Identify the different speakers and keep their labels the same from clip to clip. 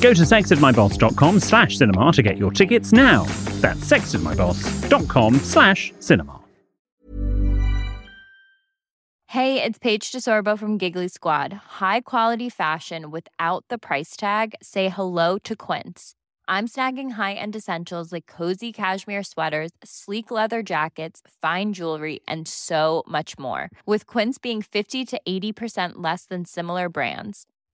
Speaker 1: Go to sexedmyboss.com slash cinema to get your tickets now. That's sexedmyboss.com slash cinema.
Speaker 2: Hey, it's Paige DeSorbo from Giggly Squad. High quality fashion without the price tag. Say hello to Quince. I'm snagging high-end essentials like cozy cashmere sweaters, sleek leather jackets, fine jewelry, and so much more. With Quince being 50 to 80% less than similar brands.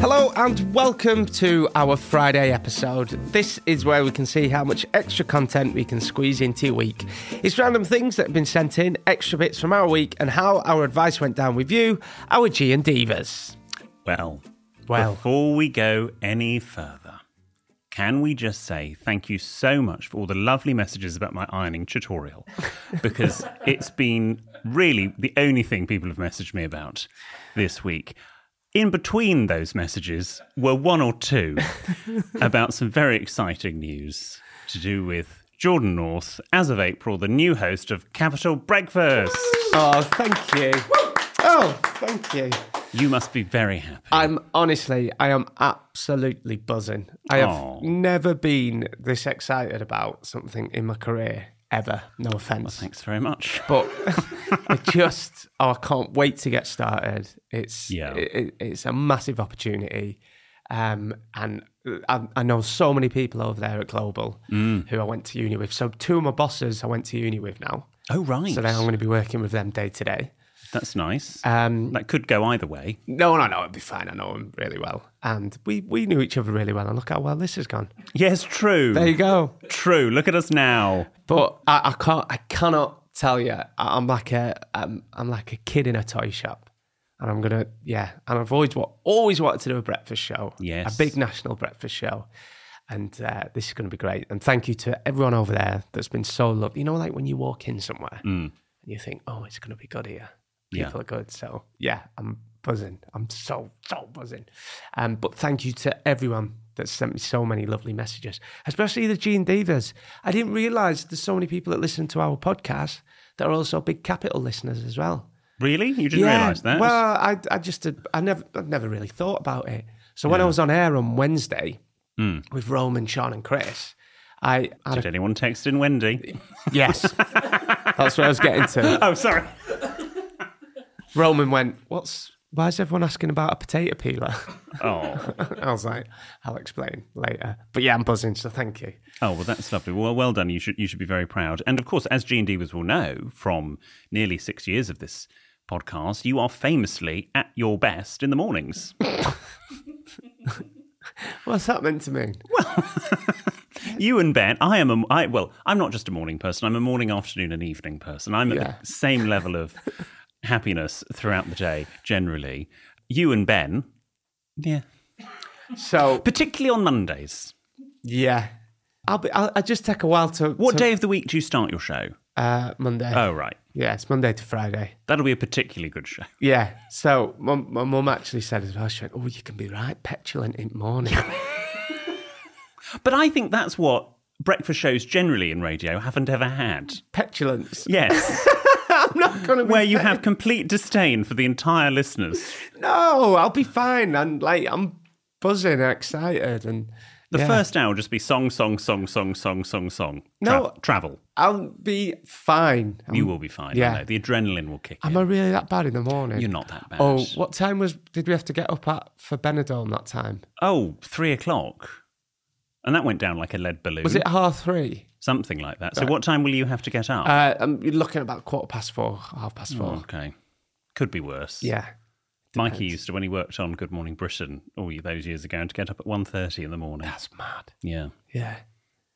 Speaker 3: Hello and welcome to our Friday episode. This is where we can see how much extra content we can squeeze into your week. It's random things that have been sent in, extra bits from our week, and how our advice went down with you, our G and Divas.
Speaker 4: Well,
Speaker 3: Well.
Speaker 4: before we go any further, can we just say thank you so much for all the lovely messages about my ironing tutorial? Because it's been really the only thing people have messaged me about this week. In between those messages were one or two about some very exciting news to do with Jordan North, as of April, the new host of Capital Breakfast.
Speaker 3: Oh, thank you. Oh, thank you.
Speaker 4: You must be very happy.
Speaker 3: I'm honestly, I am absolutely buzzing. I have
Speaker 4: Aw.
Speaker 3: never been this excited about something in my career ever. No offense.
Speaker 4: Thanks very much.
Speaker 3: but I just oh, I can't wait to get started. It's
Speaker 4: Yeah.
Speaker 3: it, it- it's a massive opportunity, um, and I, I know so many people over there at Global who I went to uni with. So two of my bosses I went to uni with now.
Speaker 4: Oh, right.
Speaker 3: So now I'm going to be working with them day to day.
Speaker 4: That's nice.
Speaker 3: Um,
Speaker 4: that could go either way.
Speaker 3: no, no, no, it'll be fine. I know them really well, and we we knew each other really well. And look how well this has gone.
Speaker 4: Yes, true.
Speaker 3: There you go.
Speaker 4: True. Look at us now.
Speaker 3: But I, I can't. I cannot tell you. I- I'm like a. I'm, I'm like a kid in a toy shop, and I'm gonna. Yeah, and I've always wa- always wanted to do a breakfast show.
Speaker 4: Yes.
Speaker 3: a big national breakfast show, and uh, this is gonna be great. And thank you to everyone over there that's been so lovely. You know, like when you walk in somewhere and you think, oh, it's gonna be good here.
Speaker 4: Yeah.
Speaker 3: People are good. So yeah, I'm buzzing. I'm so so buzzing. Um, but thank you to everyone that sent me so many lovely messages, especially the Gene Divas. I didn't realise there's so many people that listen to our podcast that are also big Capital listeners as well.
Speaker 4: Really? You didn't realise that?
Speaker 3: Well, I I just I never I never really thought about it. So when I was on air on Wednesday
Speaker 4: Hmm.
Speaker 3: with Roman, Sean, and Chris, I had
Speaker 4: Did anyone text in Wendy?
Speaker 3: a, yes, that's where I was getting to.
Speaker 4: Oh, sorry.
Speaker 3: Roman went, "What's why is everyone asking about a potato peeler?"
Speaker 4: Oh.
Speaker 3: I was like, "I'll explain later." But yeah, I'm buzzing, so thank you.
Speaker 4: Oh, well, that's lovely. Well, well done. You should, you should be very proud. And of course, as G&D was will know from nearly six years of this podcast, you are famously at your best in the mornings.
Speaker 3: What's that meant to mean?
Speaker 4: you and Ben, I am a, I, well, I'm not just a morning person. I'm a morning, afternoon, and evening person. I'm
Speaker 3: Yeah.
Speaker 4: at the same level of happiness throughout the day, generally. You and Ben, yeah,
Speaker 3: So
Speaker 4: particularly on Mondays.
Speaker 3: yeah, I'll be. I'll, I just take a while to
Speaker 4: What
Speaker 3: to-
Speaker 4: day of the week do you start your show?
Speaker 3: Uh, Monday.
Speaker 4: Oh, right.
Speaker 3: Yeah, it's Monday to Friday.
Speaker 4: That'll be a particularly good show.
Speaker 3: Yeah. So my, my mum actually said as well. She went, "Oh, you can be right petulant in morning."
Speaker 4: But I think that's what breakfast shows generally in radio haven't ever had.
Speaker 3: Petulance.
Speaker 4: Yes.
Speaker 3: I'm not gonna. Be
Speaker 4: Where you have complete disdain for the entire listeners.
Speaker 3: No, I'll be fine. And like, I'm buzzing, and excited, and
Speaker 4: The
Speaker 3: Yeah.
Speaker 4: first hour will just be song, song, song, song, song, song, song.
Speaker 3: No.
Speaker 4: Tra- travel.
Speaker 3: I'll be fine. I'm,
Speaker 4: You will be fine.
Speaker 3: Um, yeah.
Speaker 4: I know. The adrenaline will kick
Speaker 3: Am
Speaker 4: in.
Speaker 3: I really that bad in the morning?
Speaker 4: You're not that bad.
Speaker 3: Oh, what time was did we have to get up at for Benidorm that time?
Speaker 4: Oh, three o'clock. And that went down like a lead balloon.
Speaker 3: Was it half three?
Speaker 4: Something like that. So, what time will you have to get up?
Speaker 3: Uh, I'm you're looking at about quarter past four, half past
Speaker 4: Hmm.
Speaker 3: four.
Speaker 4: okay. Could be worse.
Speaker 3: Yeah,
Speaker 4: Mikey used to, when he worked on Good Morning Britain all those years ago, to get up at 1.30 in the morning.
Speaker 3: that's mad.
Speaker 4: Yeah,
Speaker 3: Yeah,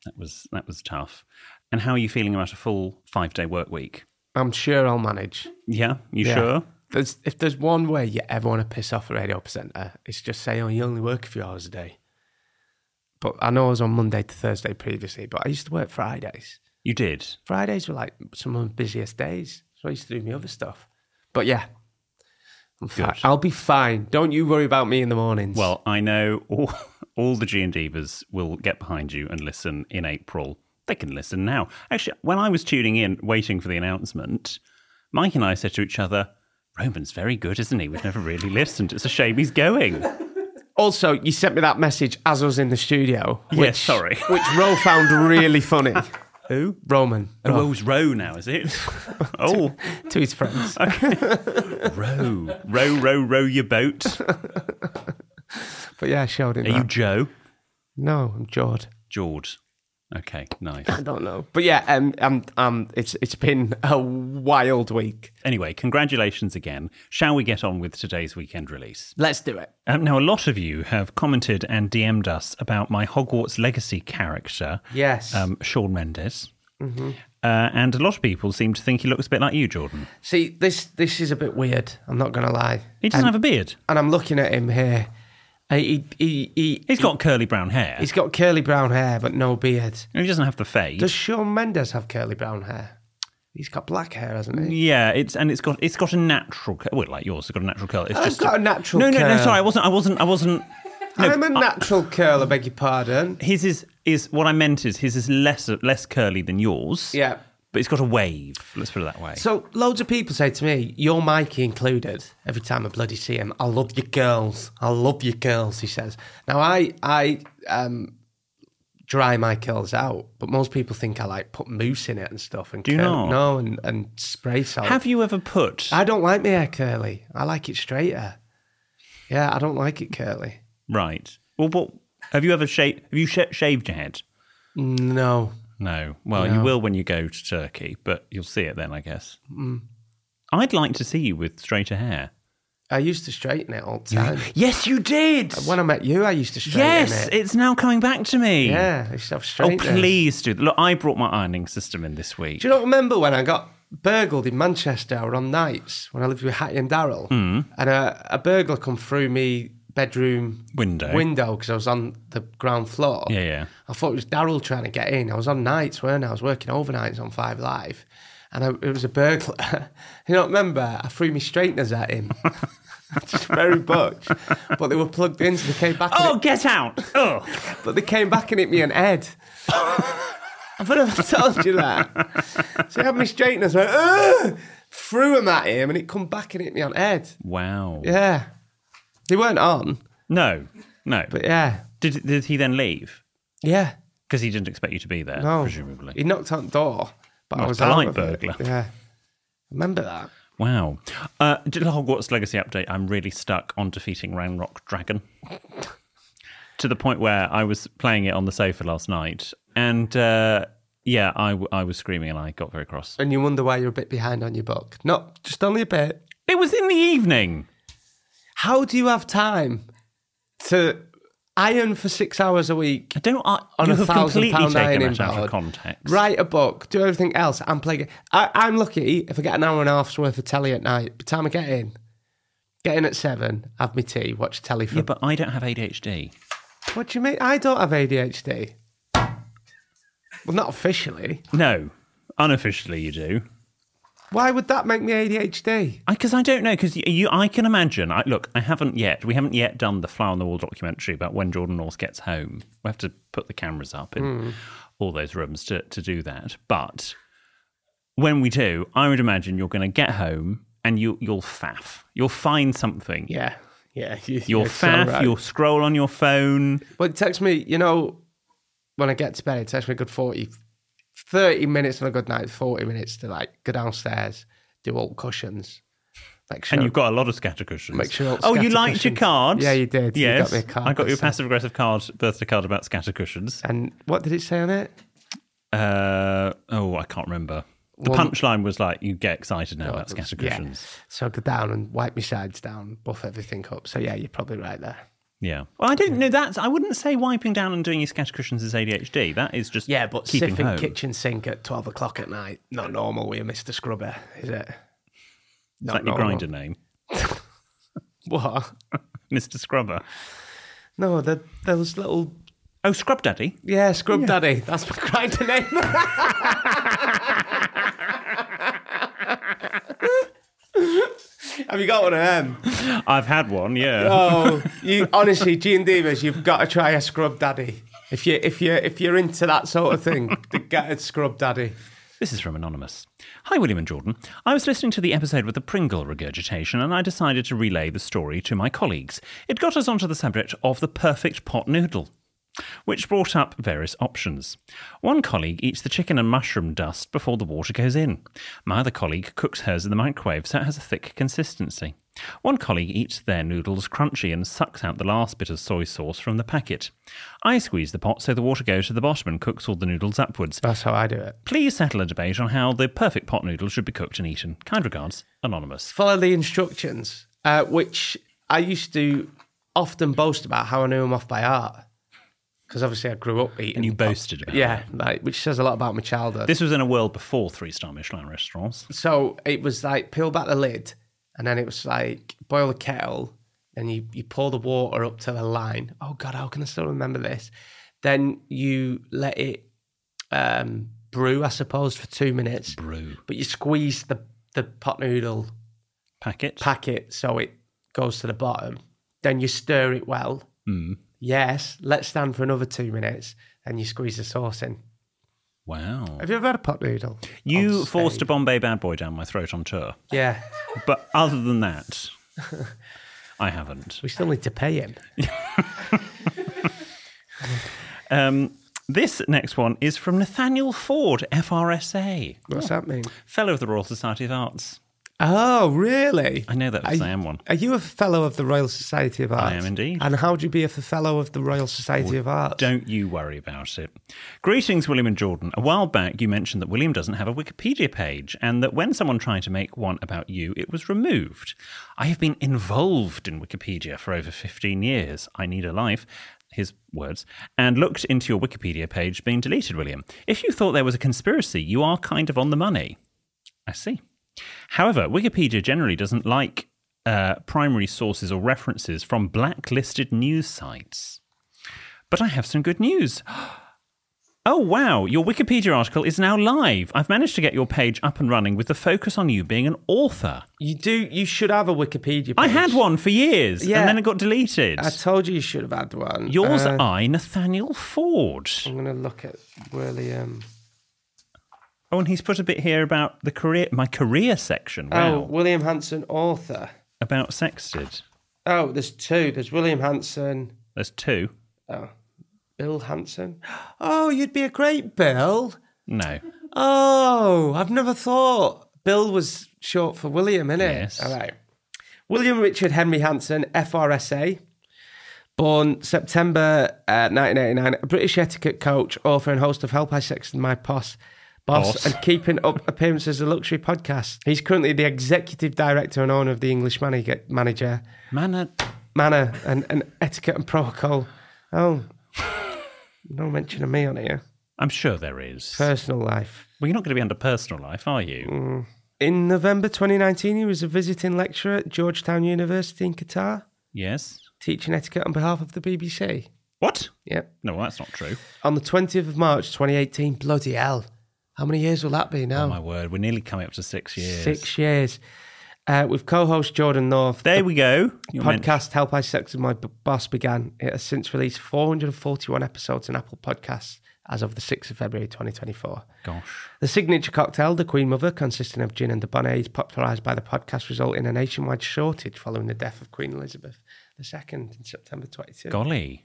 Speaker 4: that was that was tough. And how are you feeling about a full five day work week?
Speaker 3: I'm sure I'll manage.
Speaker 4: Yeah, you
Speaker 3: Yeah.
Speaker 4: sure?
Speaker 3: There's, if there's one way you ever want to piss off a radio presenter, it's just say, oh, you only work a few hours a day. But I know I was on Monday to Thursday previously, but I used to work Fridays.
Speaker 4: You did.
Speaker 3: Fridays were like some of my busiest days. So I used to do my other stuff. But yeah, I'm fine. I'll be fine. Don't you worry about me in the mornings.
Speaker 4: Well, I know all, all the G and Divas will get behind you and listen in April. They can listen now. Actually, when I was tuning in, waiting for the announcement, Mike and I said to each other, "Roman's very good, isn't he? We've never really listened. It's a shame he's going."
Speaker 3: also, you sent me that message as I was in the studio.
Speaker 4: Yes,
Speaker 3: which-
Speaker 4: sorry.
Speaker 3: Which Ro found really funny.
Speaker 4: Who?
Speaker 3: Roman.
Speaker 4: Oh,
Speaker 3: Ro-
Speaker 4: Rose Row now, is it? oh,
Speaker 3: to his friends.
Speaker 4: row, row, row, row your boat. Are
Speaker 3: But yeah, I showed him.
Speaker 4: you
Speaker 3: that.
Speaker 4: Joe?
Speaker 3: No, I'm Jord.
Speaker 4: George. Okay, nice.
Speaker 3: I don't know. But yeah, um, um, um, it's it's been a wild week.
Speaker 4: Anyway, congratulations again. Shall we get on with today's weekend release?
Speaker 3: Let's do it.
Speaker 4: Um, now, a lot of you have commented and DM'd us about my Hogwarts Legacy character,
Speaker 3: Yes. Mm-hmm.
Speaker 4: um, Sean Mendes. Uh, and a lot of people seem to think he looks a bit like you, Jordan.
Speaker 3: See, this this is a bit weird. I'm not gonna lie.
Speaker 4: He doesn't have a beard.
Speaker 3: And I'm looking at him here. Uh, He he he.
Speaker 4: He's got curly brown hair.
Speaker 3: He's got curly brown hair, but no beard.
Speaker 4: and he doesn't have the fade.
Speaker 3: Does Sean Mendes have curly brown hair? He's got black hair, hasn't he?
Speaker 4: yeah, it's and it's got it's got a natural curl. Well, like yours, it's got a natural curl. It's
Speaker 3: I've
Speaker 4: just
Speaker 3: got a natural
Speaker 4: No, no,
Speaker 3: curl.
Speaker 4: no. Sorry, I wasn't. I wasn't. I wasn't.
Speaker 3: I'm a natural curler, beg your pardon.
Speaker 4: His is is what I meant is his is less less curly than yours.
Speaker 3: Yeah.
Speaker 4: but it's got a wave. Let's put it that way.
Speaker 3: So loads of people say to me, "You're Mikey included." Every time I bloody see him, I love your girls. I love your girls. He says. Now I I um dry my curls out, but most people think I like put mousse in it and stuff and
Speaker 4: you
Speaker 3: curl-
Speaker 4: not?
Speaker 3: no and and spray salt.
Speaker 4: have you ever put?
Speaker 3: I don't like my hair curly. I like it straighter. Yeah, I don't like it curly.
Speaker 4: Right. Well, what have you ever shaved? Have you sh- shaved your head?
Speaker 3: No,
Speaker 4: No. Well, you will when you go to Turkey, but you'll see it then, I guess.
Speaker 3: Mm.
Speaker 4: I'd like to see you with straighter hair.
Speaker 3: I used to straighten it all the time.
Speaker 4: Yes, you did.
Speaker 3: When I met you, I used to straighten
Speaker 4: yes,
Speaker 3: it.
Speaker 4: it's now coming back to me.
Speaker 3: yeah, I used to have
Speaker 4: Oh,
Speaker 3: straighteners.
Speaker 4: please do. Look, I brought my ironing system in this week.
Speaker 3: Do you not remember when I got burgled in Manchester or on nights when I lived with Hattie and Daryl? Mm. And a, a burglar come through me bedroom
Speaker 4: Window.
Speaker 3: window because I was on the ground floor.
Speaker 4: Yeah, yeah.
Speaker 3: I thought it was Daryl trying to get in. I was on nights, weren't I? I was working overnights on Five Live. And I, it was a burglar. you know, remember, I threw me straighteners at him. Just very much. But they were plugged in, so they came back. and
Speaker 4: Oh, get out! Oh,
Speaker 3: hit, but they came back and hit me in head. I've never told you that. So I had me straighteners, went, Ugh! threw them at him, and it come back and hit me on head.
Speaker 4: wow.
Speaker 3: Yeah. They weren't on,
Speaker 4: No, no.
Speaker 3: but yeah.
Speaker 4: did did he then leave?
Speaker 3: Yeah.
Speaker 4: Because he didn't expect you to be there,
Speaker 3: No.
Speaker 4: presumably.
Speaker 3: He knocked on the door, but I
Speaker 4: Nice
Speaker 3: was
Speaker 4: polite
Speaker 3: out of it.
Speaker 4: burglar.
Speaker 3: Yeah. Remember that?
Speaker 4: Wow. Uh, did the Hogwarts Legacy update, I'm really stuck on defeating Ranrock Dragon. to the point where I was playing it on the sofa last night. And uh, yeah, I, w- I was screaming and I got very cross.
Speaker 3: And you wonder why you're a bit behind on your book. No, just only a bit.
Speaker 4: It was in the evening.
Speaker 3: How do you have time to iron for six hours a week?
Speaker 4: I don't. I,
Speaker 3: On
Speaker 4: you
Speaker 3: a
Speaker 4: have
Speaker 3: thousand
Speaker 4: completely
Speaker 3: pound
Speaker 4: taken
Speaker 3: ironing
Speaker 4: that out of
Speaker 3: board.
Speaker 4: context.
Speaker 3: Write a book, do everything else, and play. ga- I, I'm lucky if I get an hour and a half's worth of telly at night. By the time I get in, get in at seven, have my tea, watch telly for.
Speaker 4: Yeah, but I don't have ADHD.
Speaker 3: what do you mean? I don't have ADHD. Well, not officially.
Speaker 4: No, unofficially you do.
Speaker 3: Why would that make me ADHD?
Speaker 4: Because I, don't know. Because you, you, I can imagine. I, look, I haven't yet. We haven't yet done the fly on the wall documentary about when Jordan North gets home. We have to put the cameras up in
Speaker 3: Hmm.
Speaker 4: all those rooms to to do that. But when we do, I would imagine you're going to get home and you you'll faff. You'll find something
Speaker 3: Yeah. Yeah, you-
Speaker 4: You'll
Speaker 3: you're so
Speaker 4: faff,
Speaker 3: right.
Speaker 4: you'll scroll on your phone.
Speaker 3: But it takes me, you know, when I get to bed, it takes me a good 40, 30 minutes on a good night, 40 minutes to like go downstairs, do alt cushions. Make sure,
Speaker 4: And you've got a lot of scatter cushions.
Speaker 3: Make sure all
Speaker 4: oh, you
Speaker 3: scatter
Speaker 4: liked your
Speaker 3: cushions-
Speaker 4: cards.
Speaker 3: Yeah, you did. You
Speaker 4: Yes,
Speaker 3: got me a card
Speaker 4: I got
Speaker 3: that
Speaker 4: your
Speaker 3: said-
Speaker 4: passive aggressive card, birthday card about scatter cushions.
Speaker 3: And what did it say on it?
Speaker 4: Uh, oh, I can't remember. The
Speaker 3: Well-
Speaker 4: punchline was like, you get excited now about scatter
Speaker 3: yeah.
Speaker 4: cushions.
Speaker 3: So I go down and wipe my sides down, buff everything up. So yeah, you're probably right there.
Speaker 4: Yeah. Well, I don't know. That's I wouldn't say wiping down and doing your scatter cushions is ADHD. That is just
Speaker 3: Yeah, but
Speaker 4: keeping
Speaker 3: sipping
Speaker 4: home.
Speaker 3: kitchen sink at 12 o'clock at night, not normal with a Mr. Scrubber, is it?
Speaker 4: Is
Speaker 3: Not
Speaker 4: that your
Speaker 3: normal.
Speaker 4: grinder name,
Speaker 3: What?
Speaker 4: Mister Scrubber?
Speaker 3: No, there, there was little
Speaker 4: Oh, Scrub Daddy.
Speaker 3: Yeah, Scrub Daddy. That's my grinder name. Have you got one of them?
Speaker 4: I've had one. Yeah.
Speaker 3: Oh, you honestly, Gene Davis, you've got to try a Scrub Daddy. If you if you if you're into that sort of thing, to get a Scrub Daddy.
Speaker 4: This is from Anonymous. Hi, William and Jordan. I was listening to the episode with the Pringle regurgitation and I decided to relay the story to my colleagues. It got us onto the subject of the perfect pot noodle, which brought up various options. One colleague eats the chicken and mushroom dust before the water goes in. My other colleague cooks hers in the microwave so it has a thick consistency. One colleague eats their noodles crunchy and sucks out the last bit of soy sauce from the packet. I squeeze the pot so the water goes to the bottom and cooks all the noodles upwards.
Speaker 3: That's how I do it.
Speaker 4: Please settle a debate on how the perfect pot noodle should be cooked and eaten. Kind regards, Anonymous.
Speaker 3: Follow the instructions, uh, which I used to often boast about how I knew them off by heart, because obviously I grew up eating.
Speaker 4: And you boasted about
Speaker 3: yeah,
Speaker 4: it.
Speaker 3: like, which says a lot about my childhood.
Speaker 4: This was in a world before three star Michelin restaurants.
Speaker 3: So it was like peel back the lid, and then it was like boil the kettle, and you you pour the water up to the line. Oh God, how can I still remember this? Then you let it um, brew, I suppose, for two minutes.
Speaker 4: Brew
Speaker 3: But you squeeze the the pot noodle
Speaker 4: packet.
Speaker 3: packet so it goes to the bottom. Then you stir it well. Yes, let stand for another two minutes, and you squeeze the sauce in.
Speaker 4: wow.
Speaker 3: Have you ever had a pot noodle?
Speaker 4: You
Speaker 3: On
Speaker 4: forced a
Speaker 3: stage?
Speaker 4: Bombay bad boy down my throat on tour.
Speaker 3: Yeah,
Speaker 4: But other than that, I haven't.
Speaker 3: we still need to pay him.
Speaker 4: Um, this next one is from Nathaniel Ford, FRSA,
Speaker 3: What's that mean?
Speaker 4: Fellow of the Royal Society of Arts.
Speaker 3: Oh, really?
Speaker 4: I know that because
Speaker 3: Are-
Speaker 4: I am one.
Speaker 3: Are you a fellow of the Royal Society of Arts?
Speaker 4: am indeed.
Speaker 3: And how do you be a fellow of the Royal Society of Arts?
Speaker 4: Don't you worry about it. Greetings, William and Jordan. A while back, you mentioned that William doesn't have a Wikipedia page and that when someone tried to make one about you, it was removed. I have been involved in Wikipedia for over 15 years. I need a life. His words, and looked into your Wikipedia page being deleted, William. If you thought there was a conspiracy, you are kind of on the money. I see. However, Wikipedia generally doesn't like uh, primary sources or references from blacklisted news sites. But I have some good news. Oh, wow, your Wikipedia article is now live. I've managed to get your page up and running with the focus on you being an author.
Speaker 3: You do. You should have a Wikipedia. Page.
Speaker 4: I had one for years
Speaker 3: Yeah.
Speaker 4: and then it got deleted.
Speaker 3: I told you you should have had one.
Speaker 4: Yours,
Speaker 3: Uh,
Speaker 4: I, Nathaniel Ford.
Speaker 3: I'm going to look at William.
Speaker 4: Oh, and he's put a bit here about the career, my career section. Wow.
Speaker 3: Oh, William Hanson, author.
Speaker 4: About Sexted.
Speaker 3: Oh, there's two. There's William Hanson,
Speaker 4: There's two.
Speaker 3: Bill Hanson. Oh, you'd be a great Bill.
Speaker 4: No.
Speaker 3: Oh, I've never thought. Bill was short for William, innit?
Speaker 4: Yes.
Speaker 3: All right. William Richard Henry Hanson, FRSA, born September uh, 1989, a British etiquette coach, author, and host of Help I Sexted My Boss, boss,
Speaker 4: Boss.
Speaker 3: and Keeping Up Appearances, a luxury podcast. He's currently the executive director and owner of the English Manager, manager
Speaker 4: Man,
Speaker 3: Manner, and, and Etiquette and Protocol. Oh, no mention of me on here.
Speaker 4: I'm sure there is.
Speaker 3: Personal life.
Speaker 4: well, you're not going to be under personal life, are you?
Speaker 3: Mm. In November 2019, he was a visiting lecturer at Georgetown University in Qatar,
Speaker 4: Yes.
Speaker 3: teaching etiquette on behalf of the BBC.
Speaker 4: What?
Speaker 3: Yep.
Speaker 4: No, well, that's not true.
Speaker 3: On the 20th of March 2018, bloody hell. How many years will that be
Speaker 4: Oh,
Speaker 3: now?
Speaker 4: my word. We're nearly coming up to six years.
Speaker 3: Six years. Uh, with co host Jordan North.
Speaker 4: There we go.
Speaker 3: the
Speaker 4: You're meant-
Speaker 3: podcast Help I Sexted My B- Boss began. It has since released 441 episodes in Apple Podcasts as of the 6th of February 2024.
Speaker 4: Gosh.
Speaker 3: The signature cocktail, the Queen Mother, consisting of gin and debonnair, is popularised by the podcast, resulting in a nationwide shortage following the death of Queen Elizabeth II in September 22.
Speaker 4: Golly.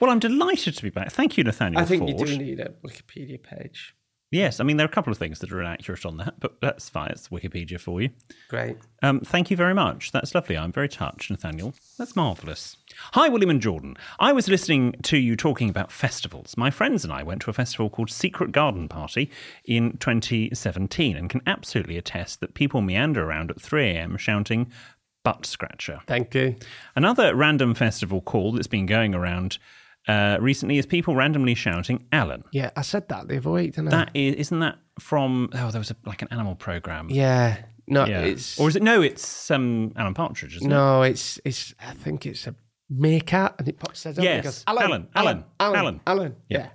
Speaker 4: Well, I'm delighted to be back. Thank you, Nathaniel.
Speaker 3: I think you
Speaker 4: Ford.
Speaker 3: do need a Wikipedia page.
Speaker 4: Yes, I mean, there are a couple of things that are inaccurate on that, but that's fine. It's Wikipedia for you.
Speaker 3: Great.
Speaker 4: Um, thank you very much. That's lovely. I'm very touched, Nathaniel. That's marvellous. Hi, William and Jordan. I was listening to you talking about festivals. My friends and I went to a festival called Secret Garden Party in 2017 and can absolutely attest that people meander around at 3 a.m. shouting, butt scratcher.
Speaker 3: Thank you.
Speaker 4: Another random festival call that's been going around uh, recently is people randomly shouting, Alan.
Speaker 3: Yeah, I said that the other week, didn't I?
Speaker 4: That is, isn't that from, oh, there was a, like an animal program.
Speaker 3: Yeah. No,
Speaker 4: Yeah.
Speaker 3: it's
Speaker 4: or is it? No, it's um, Alan Partridge, isn't it?
Speaker 3: no, it's it's. I think it's a meerkat, and it pops his head up. and
Speaker 4: Yes.
Speaker 3: he goes,
Speaker 4: Alan,
Speaker 3: Alan,
Speaker 4: Alan,
Speaker 3: Alan,
Speaker 4: Alan."
Speaker 3: Alan." Yeah.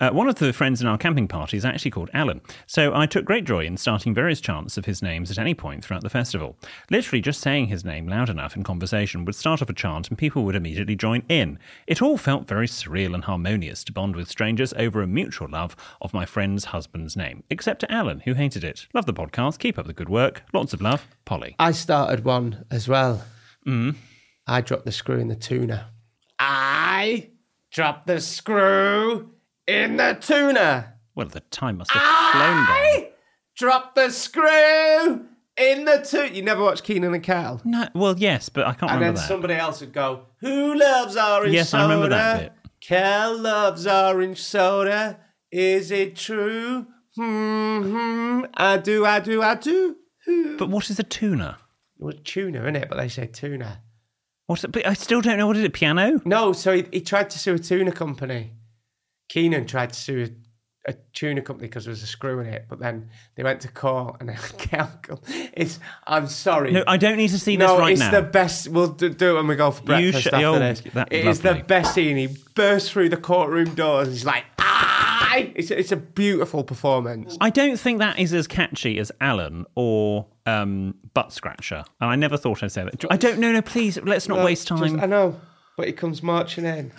Speaker 4: Uh, one of the friends in our camping party is actually called Alan, so I took great joy in starting various chants of his names at any point throughout the festival. Literally, just saying his name loud enough in conversation would start off a chant, and people would immediately join in. It all felt very surreal and harmonious to bond with strangers over a mutual love of my friend's husband's name, except to Alan, who hated it. Love the podcast. Keep up the good work. Lots of love, Polly.
Speaker 3: I started one as well. Mm. I dropped the screw in the tuna. I dropped the screw in the tuna.
Speaker 4: Well, the time must have flown by.
Speaker 3: Drop the screw in the tuna. You never watched Keenan and Kel?
Speaker 4: No, well, yes, but I can't
Speaker 3: And then
Speaker 4: remember that.
Speaker 3: somebody else would go, Who loves orange
Speaker 4: Yes,
Speaker 3: soda?
Speaker 4: I remember that
Speaker 3: Kel loves orange soda. Is it true? Hmm, hmm. I do, I do, I do.
Speaker 4: But what is a tuna?
Speaker 3: It was tuna, innit? But they say tuna.
Speaker 4: What's it? But I still don't know what is it. Piano?
Speaker 3: No, so he, he tried to sue a tuna company. Keenan tried to sue a, a tuna company because there was a screw in it, but then they went to court and Kel go, It's, I'm sorry.
Speaker 4: No, I don't need to see
Speaker 3: No,
Speaker 4: this right
Speaker 3: it's
Speaker 4: now.
Speaker 3: the best. We'll do, do it when we go for
Speaker 4: You
Speaker 3: breakfast
Speaker 4: should-
Speaker 3: after
Speaker 4: oh,
Speaker 3: this. It is
Speaker 4: that-
Speaker 3: the
Speaker 4: lovely.
Speaker 3: best scene. He bursts through the courtroom doors. And he's like, "Aye!" It's a, it's a beautiful performance.
Speaker 4: I don't think that is as catchy as Alan or um, Butt Scratcher. And I never thought I'd say that. I don't. No, no. Please, let's not waste
Speaker 3: Just-
Speaker 4: time.
Speaker 3: I know, but he comes marching in.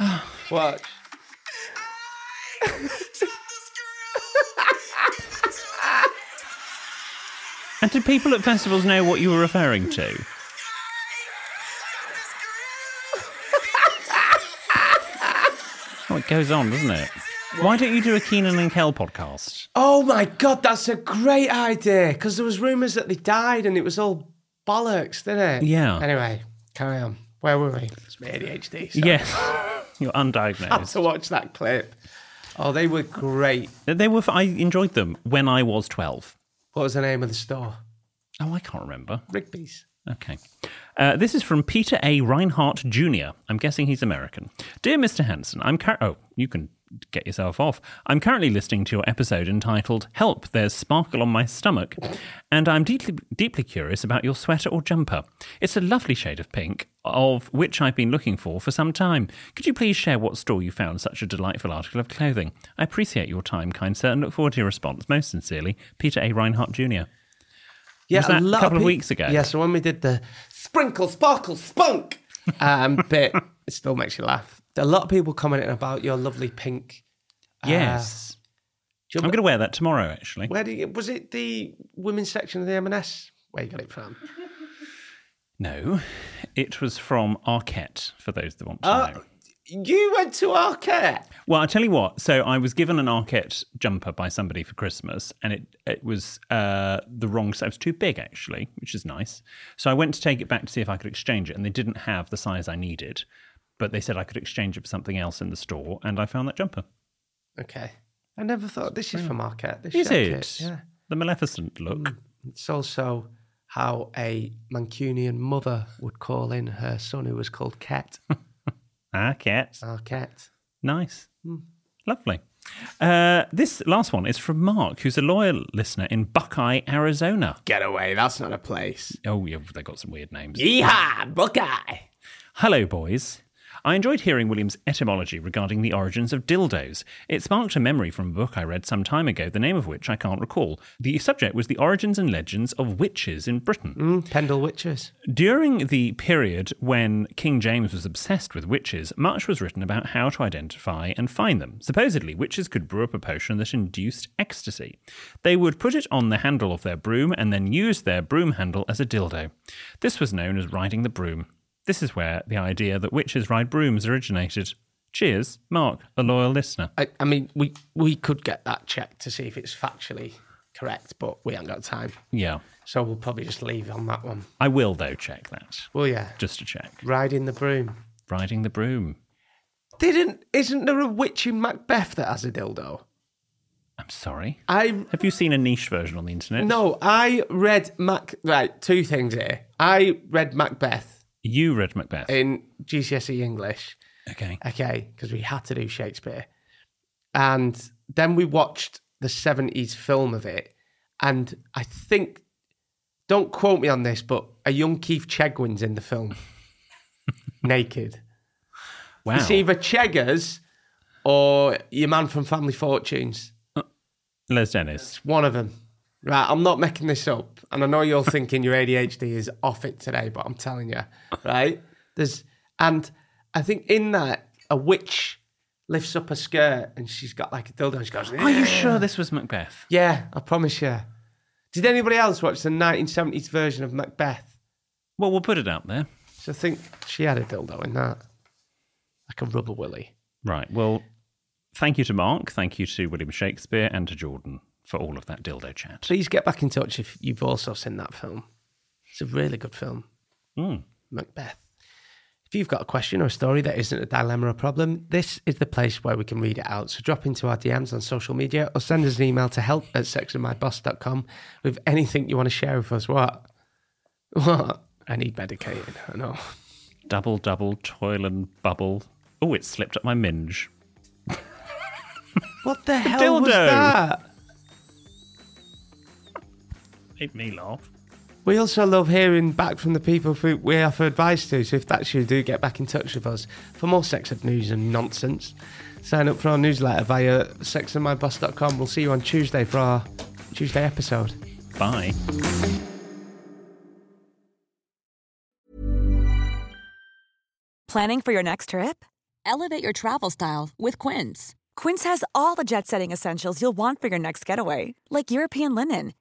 Speaker 3: Watch.
Speaker 4: and do people at festivals know what you were referring to? Oh, it goes on, doesn't it? Why don't you do a Keenan and Kel podcast?
Speaker 3: Oh my god, that's a great idea. Because there was rumours that they died, and it was all bollocks, didn't it?
Speaker 4: Yeah.
Speaker 3: Anyway, carry on. Where were we? It's my ADHD. So
Speaker 4: Yes, you're
Speaker 3: I had
Speaker 4: undiagnosed.
Speaker 3: to watch that clip. Oh, they were great.
Speaker 4: They were. I enjoyed them when I was twelve.
Speaker 3: What was the name of the store?
Speaker 4: Oh, I can't remember.
Speaker 3: Rigby's.
Speaker 4: Okay. Uh, this is from Peter A. Reinhardt Jr. I'm guessing he's American. Dear Mr. Hanson, I'm cur- oh, you can get yourself off. I'm currently listening to your episode entitled "Help, There's Sparkle on My Stomach," and I'm deeply deeply curious about your sweater or jumper. It's a lovely shade of pink, of which I've been looking for for some time. Could you please share what store you found such a delightful article of clothing? I appreciate your time, kind sir, and look forward to your response. Most sincerely, Peter A. Reinhardt Jr.
Speaker 3: Yeah,
Speaker 4: Was that a
Speaker 3: lot
Speaker 4: couple of
Speaker 3: peop-
Speaker 4: weeks ago?
Speaker 3: Yeah, so when we did the sprinkle, sparkle, spunk um, bit, it still makes you laugh. A lot of people commenting about your lovely pink.
Speaker 4: Yes.
Speaker 3: Ah. jumper.
Speaker 4: I'm going to wear that tomorrow, actually.
Speaker 3: Where do you, was it the women's section of the M&S? Where you got it from?
Speaker 4: No, it was from Arquette, for those that want to
Speaker 3: Oh,
Speaker 4: know.
Speaker 3: you went to Arquette.
Speaker 4: Well, I'll tell you what. So I was given an Arquette jumper by somebody for Christmas, and it, it was uh, the wrong size. It was too big, actually, which is nice. So I went to take it back to see if I could exchange it, and they didn't have the size I needed. But they said I could exchange it for something else in the store, and I found that jumper.
Speaker 3: Okay. I never thought this is from Arquette. This
Speaker 4: Is
Speaker 3: jacket.
Speaker 4: it?
Speaker 3: Yeah. Hmm.
Speaker 4: The Maleficent look.
Speaker 3: It's also how a Mancunian mother would call in her son who was called Ket.
Speaker 4: Arquette.
Speaker 3: Arquette.
Speaker 4: Nice. Lovely. Uh, this last one is from Mark, who's a loyal listener in Buckeye, Arizona.
Speaker 3: Get away, that's not a place.
Speaker 4: Oh, yeah, they've got some weird names.
Speaker 3: Yeehaw, Buckeye.
Speaker 4: Hello, boys. I enjoyed hearing William's etymology regarding the origins of dildos. It sparked a memory from a book I read some time ago, the name of which I can't recall. The subject was the origins and legends of witches in Britain.
Speaker 3: Pendle witches.
Speaker 4: During the period when King James was obsessed with witches, much was written about how to identify and find them. Supposedly, witches could brew up a potion that induced ecstasy. They would put it on the handle of their broom and then use their broom handle as a dildo. This was known as riding the broom. This is where the idea that witches ride brooms originated. Cheers, Mark, a loyal listener.
Speaker 3: I, I mean, we we could get that checked to see if it's factually correct, but we haven't got time,
Speaker 4: Yeah.
Speaker 3: so we'll probably just leave on that one.
Speaker 4: I will, though, check that.
Speaker 3: Well, yeah,
Speaker 4: Just to check.
Speaker 3: riding the broom.
Speaker 4: Riding the broom.
Speaker 3: Didn't isn't there a witch in Macbeth that has a dildo?
Speaker 4: I'm sorry.
Speaker 3: I
Speaker 4: Have you seen a niche version on the internet?
Speaker 3: no, I read Mac. Right, two things here. I read Macbeth
Speaker 4: You read Macbeth.
Speaker 3: in GCSE E English.
Speaker 4: Okay.
Speaker 3: okay, because we had to do Shakespeare. And then we watched the 70s film of it. And I think, don't quote me on this, but a young Keith Chegwin's in the film, naked.
Speaker 4: Wow.
Speaker 3: It's either Cheggers or your man from Family Fortunes.
Speaker 4: Les Dennis.
Speaker 3: It's one of them. Right, I'm not making this up. And I know you're thinking your ADHD is off it today, but I'm telling you, right? There's and I think in that a witch lifts up her skirt and she's got like a dildo and she goes,
Speaker 4: Are you sure this was Macbeth?
Speaker 3: Yeah, I promise you. Did anybody else watch the 1970s version of Macbeth?
Speaker 4: Well, we'll put it out there.
Speaker 3: So I think she had a dildo in that. Like a rubber willy.
Speaker 4: Right. Well, thank you to Mark. Thank you to William Shakespeare and to Jordan for all of that dildo chat.
Speaker 3: Please get back in touch if you've also seen that film. It's a really good film.
Speaker 4: Mm.
Speaker 3: Macbeth. If you've got a question or a story that isn't a dilemma or problem, this is the place where we can read it out. So drop into our DMs on social media or send us an email to help at sexandmyboss.com with anything you want to share with us. What? What? I need medicating. I know.
Speaker 4: Double, double, toil and bubble. Oh, it slipped up my minge.
Speaker 3: What the hell
Speaker 4: dildo.
Speaker 3: was that?
Speaker 4: Made me laugh.
Speaker 3: We also love hearing back from the people who we offer advice to, so if that's you, do get back in touch with us for more sex ed news and nonsense. Sign up for our newsletter via sexandmyboss.com. We'll see you on Tuesday for our Tuesday episode.
Speaker 4: Bye.
Speaker 5: Planning for your next trip?
Speaker 6: Elevate your travel style with Quince.
Speaker 5: Quince has all the jet setting essentials you'll want for your next getaway, like European linen,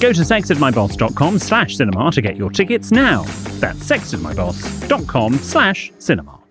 Speaker 4: Go to sexedmyboss.com slash cinema to get your tickets now. That's sexedmyboss.com slash cinema.